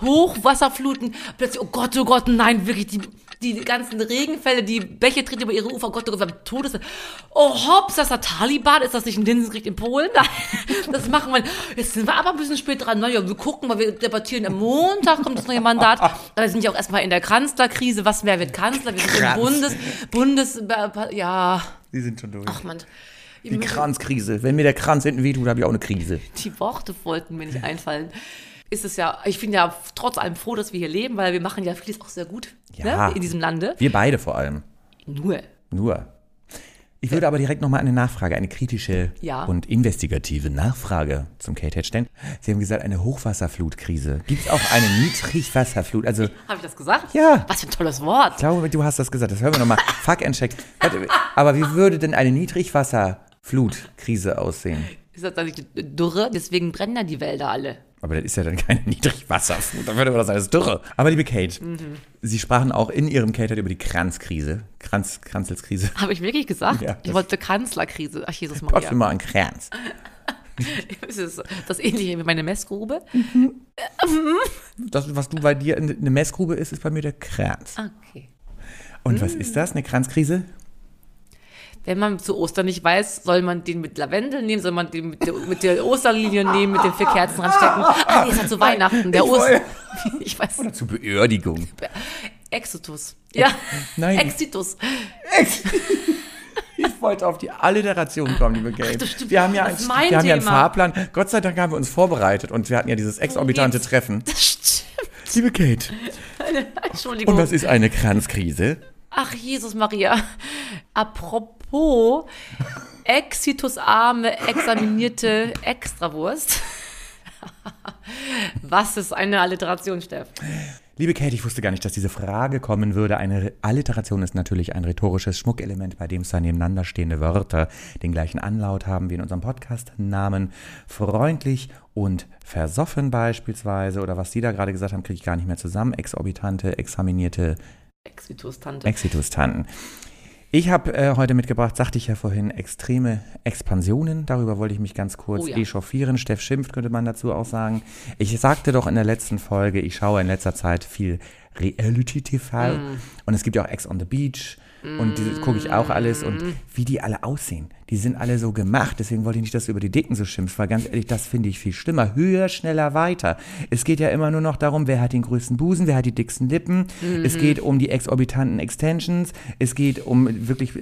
[SPEAKER 2] Hochwasserfluten, plötzlich, oh Gott, oh Gott, nein, wirklich, die, die ganzen Regenfälle, die Bäche treten über ihre Ufer, oh Gott, oh Gott, wir haben Todes... Oh, hops, das ist der Taliban, ist das nicht ein Linsenkrieg in Polen? Nein, das machen wir. Jetzt sind wir aber ein bisschen spät dran. Naja, wir gucken mal, wir debattieren am Montag, kommt das neue Mandat. Aber wir sind ja auch erstmal in der Kanzlerkrise. Was, wer wird Kanzler? Wir sind im
[SPEAKER 1] Kranz.
[SPEAKER 2] Bundes... Bundes... Ja,
[SPEAKER 1] Sie sind schon durch.
[SPEAKER 2] ach Mann. Ich
[SPEAKER 1] Die
[SPEAKER 2] möchte-
[SPEAKER 1] Kranzkrise. Wenn mir der Kranz hinten wehtut, habe ich auch eine Krise.
[SPEAKER 2] die Worte wollten mir nicht einfallen. Ist es ja, ich bin ja trotz allem froh, dass wir hier leben, weil wir machen ja vieles auch sehr gut
[SPEAKER 1] Ja.
[SPEAKER 2] ne, in diesem Lande.
[SPEAKER 1] Wir beide vor allem.
[SPEAKER 2] Nur.
[SPEAKER 1] Nur. Ich würde aber direkt nochmal eine Nachfrage, eine kritische
[SPEAKER 2] Ja.
[SPEAKER 1] und investigative Nachfrage zum Kate stellen. Sie haben gesagt, eine Hochwasserflutkrise. Gibt es auch eine Niedrigwasserflut? Also, ich
[SPEAKER 2] Habe ich das gesagt?
[SPEAKER 1] Ja.
[SPEAKER 2] Was für ein tolles Wort.
[SPEAKER 1] glaube, du hast das gesagt. Das hören wir nochmal. Fuck and check. Warte, Aber wie würde denn eine Niedrigwasserflutkrise aussehen?
[SPEAKER 2] Ist das eigentlich eine Dürre? Deswegen brennen ja die Wälder alle.
[SPEAKER 1] Aber das ist ja dann keine Niedrigwasserflut, dann würde man das alles dürre. Aber liebe Kate, Sie sprachen auch in Ihrem Kate über die Kranzkrise. Kranz, Kranzelskrise.
[SPEAKER 2] Habe ich wirklich gesagt?
[SPEAKER 1] Ja, das-
[SPEAKER 2] ich wollte Kanzlerkrise. Ach, Jesus
[SPEAKER 1] Trotzdem
[SPEAKER 2] Maria.
[SPEAKER 1] mal einen Kranz.
[SPEAKER 2] Das ist das ähnliche wie meine Messgrube.
[SPEAKER 1] Das, was du bei dir in- eine Messgrube ist, ist bei mir der Kranz.
[SPEAKER 2] Ah, Okay.
[SPEAKER 1] Und
[SPEAKER 2] Mm.
[SPEAKER 1] was ist das? Eine Kranzkrise?
[SPEAKER 2] Wenn man zu Ostern nicht weiß, soll man den mit Lavendel nehmen, soll man den mit der, mit der Osterlinie nehmen, mit den vier Kerzen ranstecken. Ah, nee, ist ja zu Weihnachten, der
[SPEAKER 1] ich
[SPEAKER 2] Oster. Ich weiß.
[SPEAKER 1] Oder zur Beerdigung?
[SPEAKER 2] Exitus. Ja.
[SPEAKER 1] Nein.
[SPEAKER 2] Exitus.
[SPEAKER 1] Ich wollte auf die Alliteration kommen, liebe Gabe.
[SPEAKER 2] das stimmt.
[SPEAKER 1] Wir haben ja,
[SPEAKER 2] Das
[SPEAKER 1] ein,
[SPEAKER 2] ist mein
[SPEAKER 1] wir haben ja einen
[SPEAKER 2] Thema.
[SPEAKER 1] Fahrplan. Gott sei Dank haben wir uns vorbereitet und wir hatten ja
[SPEAKER 2] Oh,
[SPEAKER 1] dieses exorbitante
[SPEAKER 2] geht's?
[SPEAKER 1] Treffen.
[SPEAKER 2] Das stimmt.
[SPEAKER 1] Liebe Kate,
[SPEAKER 2] Entschuldigung.
[SPEAKER 1] und was ist eine Kranzkrise?
[SPEAKER 2] Ach, Jesus Maria. Apropos exitusarme, examinierte Extrawurst. Was ist eine Alliteration, Steff?
[SPEAKER 1] Liebe Kate, ich wusste gar nicht, dass diese Frage kommen würde. Eine Re- Alliteration ist natürlich ein rhetorisches Schmuckelement, bei dem zwei nebeneinander stehende Wörter den gleichen Anlaut haben wie in unserem Podcast-Namen. Freundlich und versoffen beispielsweise. Oder was Sie da gerade gesagt haben, kriege ich gar nicht mehr zusammen. Exorbitante, examinierte
[SPEAKER 2] Exitus-Tante.
[SPEAKER 1] Exitus-Tanten. Ich habe äh, heute mitgebracht, sagte ich ja vorhin, extreme Expansionen. Darüber wollte ich mich ganz kurz
[SPEAKER 2] Oh ja.
[SPEAKER 1] echauffieren. Steff schimpft, könnte man dazu auch sagen. Ich sagte doch in der letzten Folge, ich schaue in letzter Zeit viel Reality-TV. Und es gibt ja auch Ex on the Beach. Und diese gucke ich auch alles. Und wie die alle aussehen. Die sind alle so gemacht. Deswegen wollte ich nicht, dass du über die Dicken so schimpfst. Weil ganz ehrlich, das finde ich viel schlimmer. Höher, schneller, weiter. Es geht ja immer nur noch darum, wer hat den größten Busen, wer hat die dicksten Lippen. Es geht um die exorbitanten Extensions. Es geht um wirklich.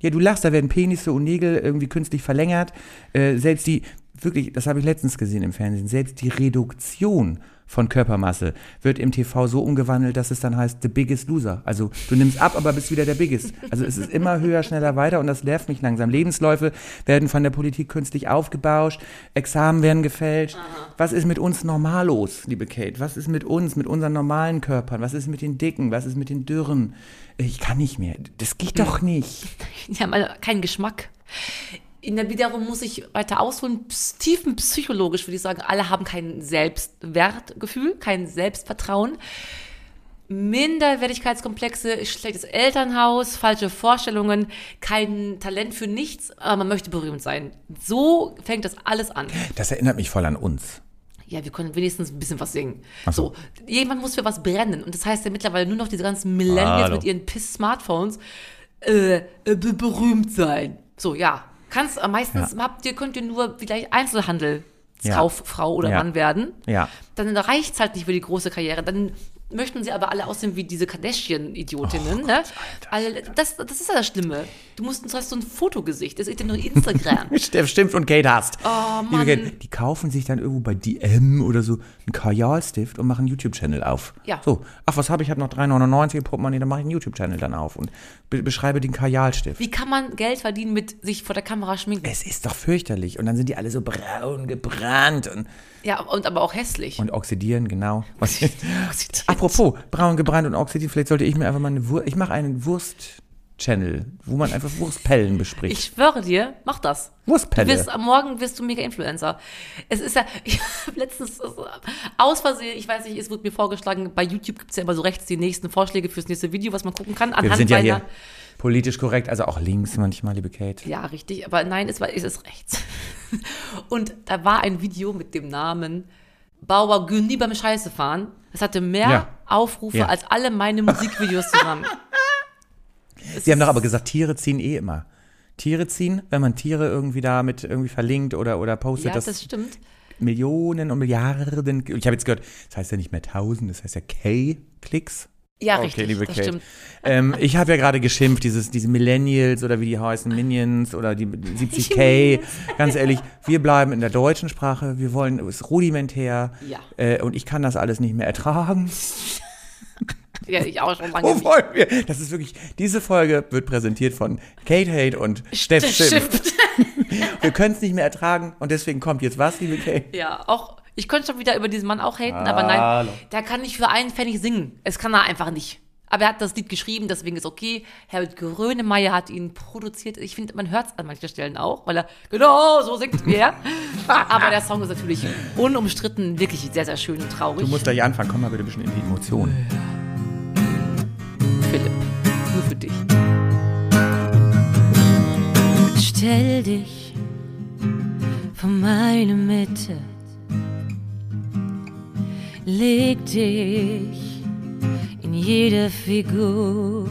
[SPEAKER 1] Ja, du lachst, da werden Penisse und Nägel irgendwie künstlich verlängert. Äh, selbst die, wirklich, das habe ich letztens gesehen im Fernsehen, selbst die Reduktion von Körpermasse wird im TV so umgewandelt, dass es dann heißt The Biggest Loser. Also du nimmst ab, aber bist wieder der Biggest. Also es ist immer höher, schneller, weiter und das nervt mich langsam. Lebensläufe werden von der Politik künstlich aufgebauscht, Examen werden gefälscht. Was ist mit uns normal los, liebe Kate? Was ist mit uns, mit unseren normalen Körpern? Was ist mit den Dicken? Was ist mit den Dürren? Ich kann nicht mehr. Das geht doch nicht.
[SPEAKER 2] Die haben alle keinen Geschmack. In der wiederum muss ich weiter ausholen, ps- tiefenpsychologisch würde ich sagen, alle haben kein Selbstwertgefühl, kein Selbstvertrauen. Minderwertigkeitskomplexe, schlechtes Elternhaus, falsche Vorstellungen, kein Talent für nichts, aber man möchte berühmt sein. So fängt das alles an.
[SPEAKER 1] Das erinnert mich voll an uns.
[SPEAKER 2] Ja, wir können wenigstens ein bisschen was singen.
[SPEAKER 1] Ach so.
[SPEAKER 2] so. jemand muss für was brennen. Und das heißt ja mittlerweile nur noch diese ganzen Millennials
[SPEAKER 1] Hallo.
[SPEAKER 2] mit ihren Piss-Smartphones äh, äh, be- berühmt sein. So, ja. Kannst, äh, meistens habt ihr, könnt ihr nur vielleicht Einzelhandel
[SPEAKER 1] Ja.
[SPEAKER 2] Kauffrau oder
[SPEAKER 1] Ja.
[SPEAKER 2] Mann werden.
[SPEAKER 1] Ja.
[SPEAKER 2] Dann reicht's halt nicht für die große Karriere. Dann möchten sie aber alle aussehen wie diese
[SPEAKER 1] Oh
[SPEAKER 2] Kardashian-Idiotinnen. ne? Alle, das, das ist ja das Schlimme. Du musst du hast so ein Fotogesicht. Das ist ja nur Instagram.
[SPEAKER 1] Steff stimmt und Kate hasst.
[SPEAKER 2] Oh,
[SPEAKER 1] Liebe
[SPEAKER 2] Mann.
[SPEAKER 1] Kate, die kaufen sich dann irgendwo bei DM oder so einen Kajalstift und machen einen YouTube-Channel auf.
[SPEAKER 2] Ja.
[SPEAKER 1] So, ach, was habe ich? Ich habe noch 3,99 im Portemonnaie, dann mache ich einen YouTube-Channel dann auf und be beschreibe den Kajalstift.
[SPEAKER 2] wie kann man Geld verdienen mit sich vor der Kamera schminken?
[SPEAKER 1] Es ist doch fürchterlich. Und dann sind die alle so braun gebrannt und,
[SPEAKER 2] Ja, und aber auch hässlich.
[SPEAKER 1] und oxidieren, genau. Was
[SPEAKER 2] Oxidiert.
[SPEAKER 1] Apropos, braun gebrannt und oxidiert, vielleicht sollte ich mir einfach mal eine Wurst, ich mache einen Wurst-Channel, wo man einfach Wurstpellen bespricht.
[SPEAKER 2] Ich schwöre dir, mach das. Du
[SPEAKER 1] Wurstpelle.
[SPEAKER 2] wirst, am Morgen wirst du mega Influencer. Es ist ja, ich hab letztens äh, aus Versehen, ich weiß nicht, es wurde mir vorgeschlagen, bei YouTube gibt's ja immer so rechts die nächsten Vorschläge fürs nächste Video, was man gucken kann. Anhand
[SPEAKER 1] Wir sind ja
[SPEAKER 2] meiner,
[SPEAKER 1] hier politisch korrekt, also auch links manchmal, liebe Kate.
[SPEAKER 2] Ja, richtig, aber nein, es, war, es ist rechts. Und da war ein Video mit dem Namen Bauer Günni beim Scheiße fahren. Das hatte mehr
[SPEAKER 1] Ja.
[SPEAKER 2] Aufrufe
[SPEAKER 1] Ja.
[SPEAKER 2] als alle meine Musikvideos zusammen. Es
[SPEAKER 1] Sie haben
[SPEAKER 2] ist-
[SPEAKER 1] doch aber gesagt, Tiere ziehen eh immer. Tiere ziehen, wenn man Tiere irgendwie damit irgendwie verlinkt oder, oder postet,
[SPEAKER 2] ja,
[SPEAKER 1] dass
[SPEAKER 2] das stimmt.
[SPEAKER 1] Millionen und Milliarden, ich habe jetzt gehört, das heißt ja nicht mehr 1000, das heißt ja K-Klicks.
[SPEAKER 2] Ja,
[SPEAKER 1] Okay,
[SPEAKER 2] richtig,
[SPEAKER 1] liebe
[SPEAKER 2] das
[SPEAKER 1] Kate.
[SPEAKER 2] stimmt.
[SPEAKER 1] Ähm, ich habe ja gerade geschimpft, dieses, diese Millennials oder wie die heißen, Minions oder die 70k. Ganz ehrlich, wir bleiben in der deutschen Sprache, wir wollen es rudimentär
[SPEAKER 2] Ja.
[SPEAKER 1] äh, und ich kann das alles nicht mehr ertragen.
[SPEAKER 2] Ja, ich auch schon lange
[SPEAKER 1] Wo
[SPEAKER 2] nicht.
[SPEAKER 1] wollen wir? Das ist wirklich, diese Folge wird präsentiert von Kate Hate und Steff Schimpf.
[SPEAKER 2] Stimmt.
[SPEAKER 1] Wir können es nicht mehr ertragen und deswegen kommt jetzt was, liebe Kate?
[SPEAKER 2] Ja, auch. Ich könnte schon wieder über diesen Mann auch haten, aber nein, der kann nicht für einen Pfennig singen. Es kann er einfach nicht. Aber er hat das Lied geschrieben, deswegen ist okay. Herbert Grönemeyer hat ihn produziert. Ich finde, man hört es an manchen Stellen auch, weil er genau so singt wie er. Aber der Song ist natürlich unumstritten wirklich sehr, sehr schön und traurig.
[SPEAKER 1] Du musst da hier anfangen, komm mal bitte ein bisschen in die Emotionen.
[SPEAKER 2] Philipp, nur für dich. Stell dich
[SPEAKER 4] von meiner Mitte. Leg dich in jede Figur.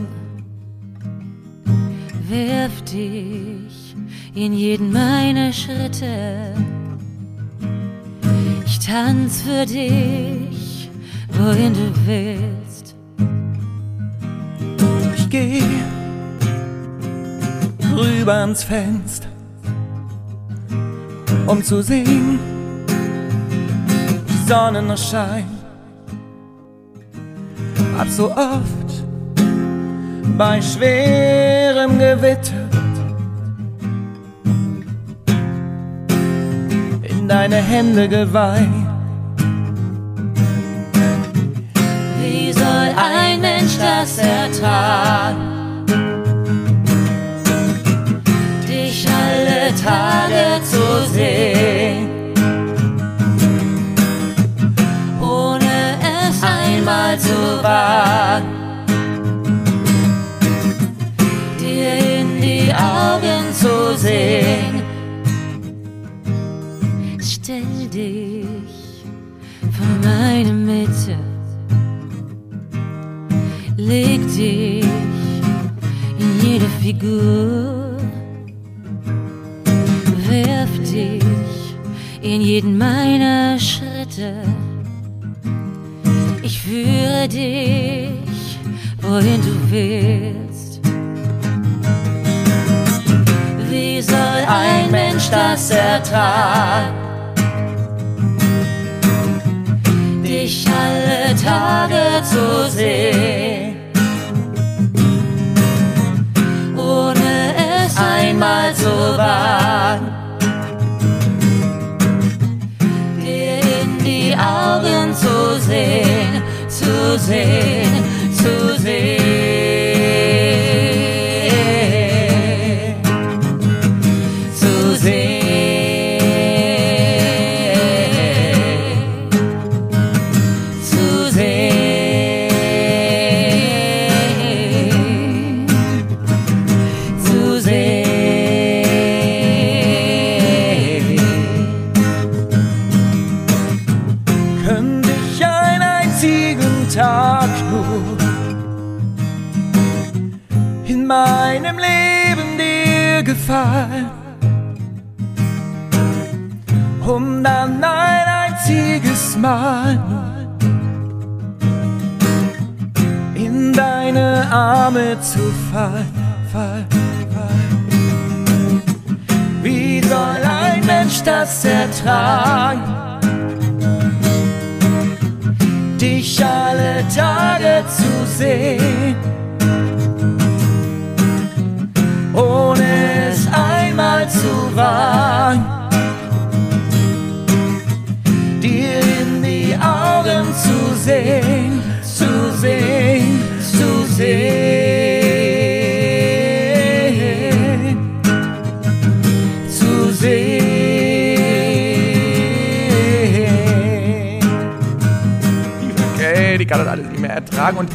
[SPEAKER 4] Wirf dich in jeden meiner Schritte. Ich tanz für dich, wohin du willst.
[SPEAKER 1] Ich geh rüber ans Fenster, um zu sehen, die Sonne noch scheint. Hab so oft bei schwerem Gewitter in deine Hände geweiht.
[SPEAKER 4] Wie soll ein Mensch das ertragen? Dich alle Tage zu sehen, ohne es einmal zu wagen, dir in die Augen zu sehen. Stell dich vor meine Mitte, leg dich in jede Figur, wirf dich in jeden meiner Schritte. Ich führe dich, wohin du willst. Wie soll ein Mensch das ertragen? dich alle Tage zu sehen, ohne es einmal zu wagen, dir in die Augen zu sehen, zu sehen, zu sehen. zu sehen zu sehen. Zu sehen.
[SPEAKER 1] könnte ich einen einzigen Tag nur in meinem Leben dir gefallen, um dann ein einziges Mal nur in deine Arme zu fallen. Fall, fall. Wie soll ein Mensch das ertragen? dich alle Tage zu sehen, ohne es einmal zu wagen, dir in die Augen zu sehen, zu sehen, zu sehen. Zu sehen. Okay, die kann das alles nicht mehr ertragen. Und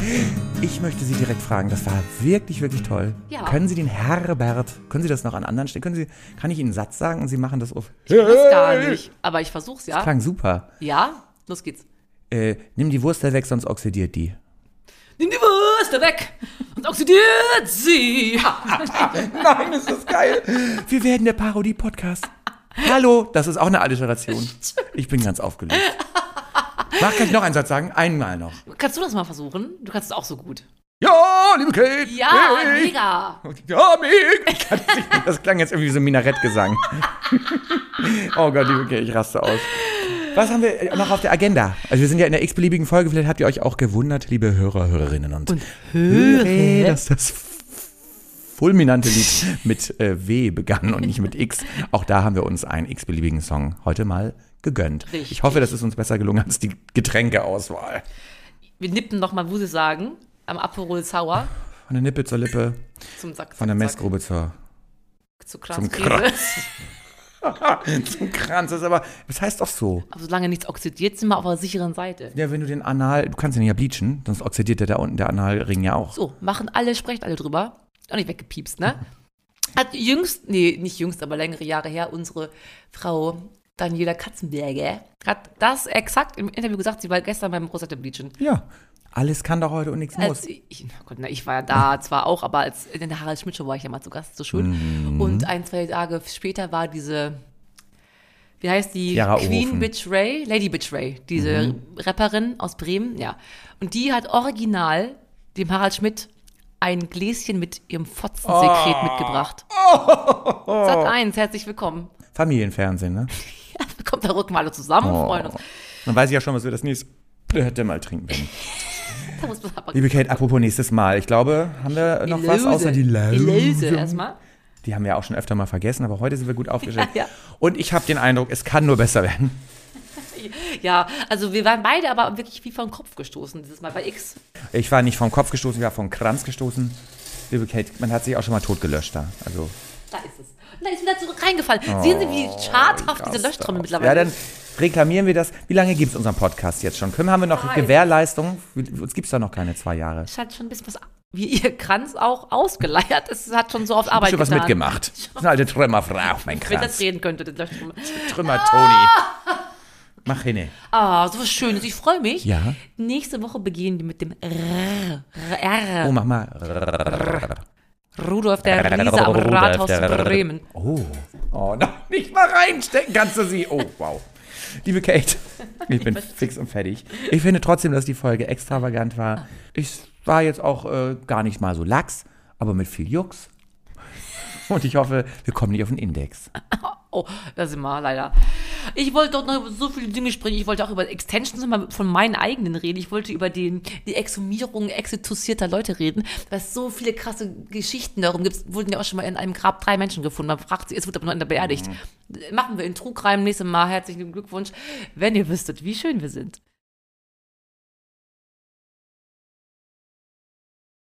[SPEAKER 1] ich möchte Sie direkt fragen, das war wirklich, wirklich toll.
[SPEAKER 2] Ja.
[SPEAKER 1] Können Sie den Herbert, können Sie das noch an anderen Stellen, können Sie, kann ich Ihnen einen Satz sagen und Sie machen das auf?
[SPEAKER 2] Das gar nicht. Aber ich versuch's, ja.
[SPEAKER 1] Klang super.
[SPEAKER 2] Ja, los geht's.
[SPEAKER 1] Äh, nimm die Wurst weg, sonst oxidiert die.
[SPEAKER 2] Nimm die Würste weg und oxidiert sie.
[SPEAKER 1] Nein, ist das geil. Wir werden der Parodie-Podcast. Hallo, das ist auch eine Alliteration. Ich bin ganz aufgelöst. Mach, kann ich noch einen Satz sagen? Einmal noch.
[SPEAKER 2] Kannst du das mal versuchen? Du kannst es auch so gut.
[SPEAKER 1] Ja, liebe Kate.
[SPEAKER 2] Ja,
[SPEAKER 1] hey.
[SPEAKER 2] mega.
[SPEAKER 1] Ja, "Ah, Mick. Ich kann das, nicht, das klang jetzt irgendwie wie so ein Minarettgesang. oh Gott, liebe Kate, ich raste aus. Was haben wir äh, noch auf der Agenda? Also wir sind ja in der x-beliebigen Folge. Vielleicht habt ihr euch auch gewundert, liebe Hörer, Hörerinnen und, Hörer, dass das fulminante Lied mit äh, W begann und nicht mit X. Auch da haben wir uns einen x-beliebigen Song heute mal gegönnt. Ich hoffe, das ist uns besser gelungen als die Getränkeauswahl.
[SPEAKER 2] Wir nippen nochmal Wuse sagen am Aperol Sauer
[SPEAKER 1] Von der Nippe zur Lippe,
[SPEAKER 2] zum Sack.
[SPEAKER 1] von der
[SPEAKER 2] zum
[SPEAKER 1] Messgrube zur
[SPEAKER 2] Sack, zu Kranz, zum
[SPEAKER 1] Kranz. Zum Kranz, das ist aber, das heißt doch so.
[SPEAKER 2] Aber solange nichts oxidiert, sind wir auf der sicheren Seite.
[SPEAKER 1] Ja, wenn du den Anal, du kannst ihn ja bleachen, sonst oxidiert der da unten der Analring ja auch.
[SPEAKER 2] So, machen alle, sprecht alle drüber. Auch nicht weggepiepst, ne? Hat jüngst, nee, nicht jüngst, aber längere Jahre her, unsere Frau Daniela Katzenberger hat das exakt im Interview gesagt. Sie war gestern beim Rosetta Bleachen.
[SPEAKER 1] Ja, alles kann doch heute und nichts muss.
[SPEAKER 2] Als ich, na Gott, na, ich war ja da zwar auch, aber als in der Harald Schmidt Show war ich ja mal zu Gast, so
[SPEAKER 1] Mhm.
[SPEAKER 2] schön. Und ein, zwei Tage später war diese, wie heißt die?
[SPEAKER 1] Chiara Mhm.
[SPEAKER 2] Queen
[SPEAKER 1] Ohofen.
[SPEAKER 2] Bitch Ray, Lady Bitch Ray, diese Rapperin aus Bremen, ja. Und die hat original dem Harald Schmidt ein Gläschen mit ihrem Fotzensekret
[SPEAKER 1] Oh.
[SPEAKER 2] mitgebracht. Sat eins, herzlich willkommen.
[SPEAKER 1] Familienfernsehen, ne?
[SPEAKER 2] Kommt der Rückmale zusammen,
[SPEAKER 1] Oh.
[SPEAKER 2] freuen uns.
[SPEAKER 1] Dann weiß ich ja schon, was wir das nächste hätte mal trinken können.
[SPEAKER 2] Da muss man aber
[SPEAKER 1] Liebe Kate, apropos nächstes Mal. Ich glaube, haben wir noch was außer die
[SPEAKER 2] Die
[SPEAKER 1] Lose?
[SPEAKER 2] Löse erstmal.
[SPEAKER 1] Die haben wir auch schon öfter mal vergessen, aber heute sind wir gut aufgestellt.
[SPEAKER 2] Ja, ja.
[SPEAKER 1] Und ich habe den Eindruck, es kann nur besser werden.
[SPEAKER 2] Ja, also wir waren beide aber wirklich wie vom Kopf gestoßen dieses Mal bei X.
[SPEAKER 1] Ich war nicht vom Kopf gestoßen, ich war vom Kranz gestoßen. Liebe Kate, man hat sich auch schon mal totgelöscht da. Also,
[SPEAKER 2] Da ist es. Und da ist wieder zurück reingefallen. Sehen Sie, wie schadhaft diese Löschtrommel mittlerweile
[SPEAKER 1] Oh, ja, dann
[SPEAKER 2] ist?
[SPEAKER 1] reklamieren wir das. Wie lange gibt es unseren Podcast jetzt schon? Können, haben wir noch
[SPEAKER 2] Ah,
[SPEAKER 1] Gewährleistung? Wie- Uns gibt es da noch keine zwei Jahre.
[SPEAKER 2] Es hat schon ein bisschen was, wie Ihr Kranz auch ausgeleiert ist. Es hat schon so oft Arbeit
[SPEAKER 1] Schon was
[SPEAKER 2] getan.
[SPEAKER 1] mitgemacht. Das ist eine alte Trümmerfrau, mein
[SPEAKER 2] Wenn das
[SPEAKER 1] Kranz.
[SPEAKER 2] reden könnte, den Löschtrommel.
[SPEAKER 1] Trümmer, Toni. Mach hin.
[SPEAKER 2] Ah, so was Schönes. Ich freue mich.
[SPEAKER 1] Ja.
[SPEAKER 2] Nächste Woche beginnen die mit dem R. R.
[SPEAKER 1] Oh, mach mal.
[SPEAKER 2] Rudolf der Riese am
[SPEAKER 1] Rudolf
[SPEAKER 2] Rathaus
[SPEAKER 1] der-
[SPEAKER 2] Bremen.
[SPEAKER 1] Oh. Oh, noch nicht mal reinstecken kannst du sie. Oh, wow. Liebe Kate, ich bin fix und fertig. Ich finde trotzdem, dass die Folge extravagant war. Ich war jetzt auch äh, gar nicht mal so lax, aber mit viel Jux. Und ich hoffe, wir kommen nicht auf den Index.
[SPEAKER 2] Oh, da sind wir leider. Ich wollte doch noch über so viele Dinge sprechen. Ich wollte auch über Extensions nochmal von meinen eigenen reden. Ich wollte über den, die Exhumierung exitusierter Leute reden, weil es so viele krasse Geschichten darum gibt. Es Wurden ja auch schon mal in einem Grab drei Menschen gefunden. Man fragt sich, es wird aber nur einer beerdigt. Machen wir in Trugreim nächstes Mal. Herzlichen Glückwunsch, wenn ihr wüsstet, wie schön wir sind.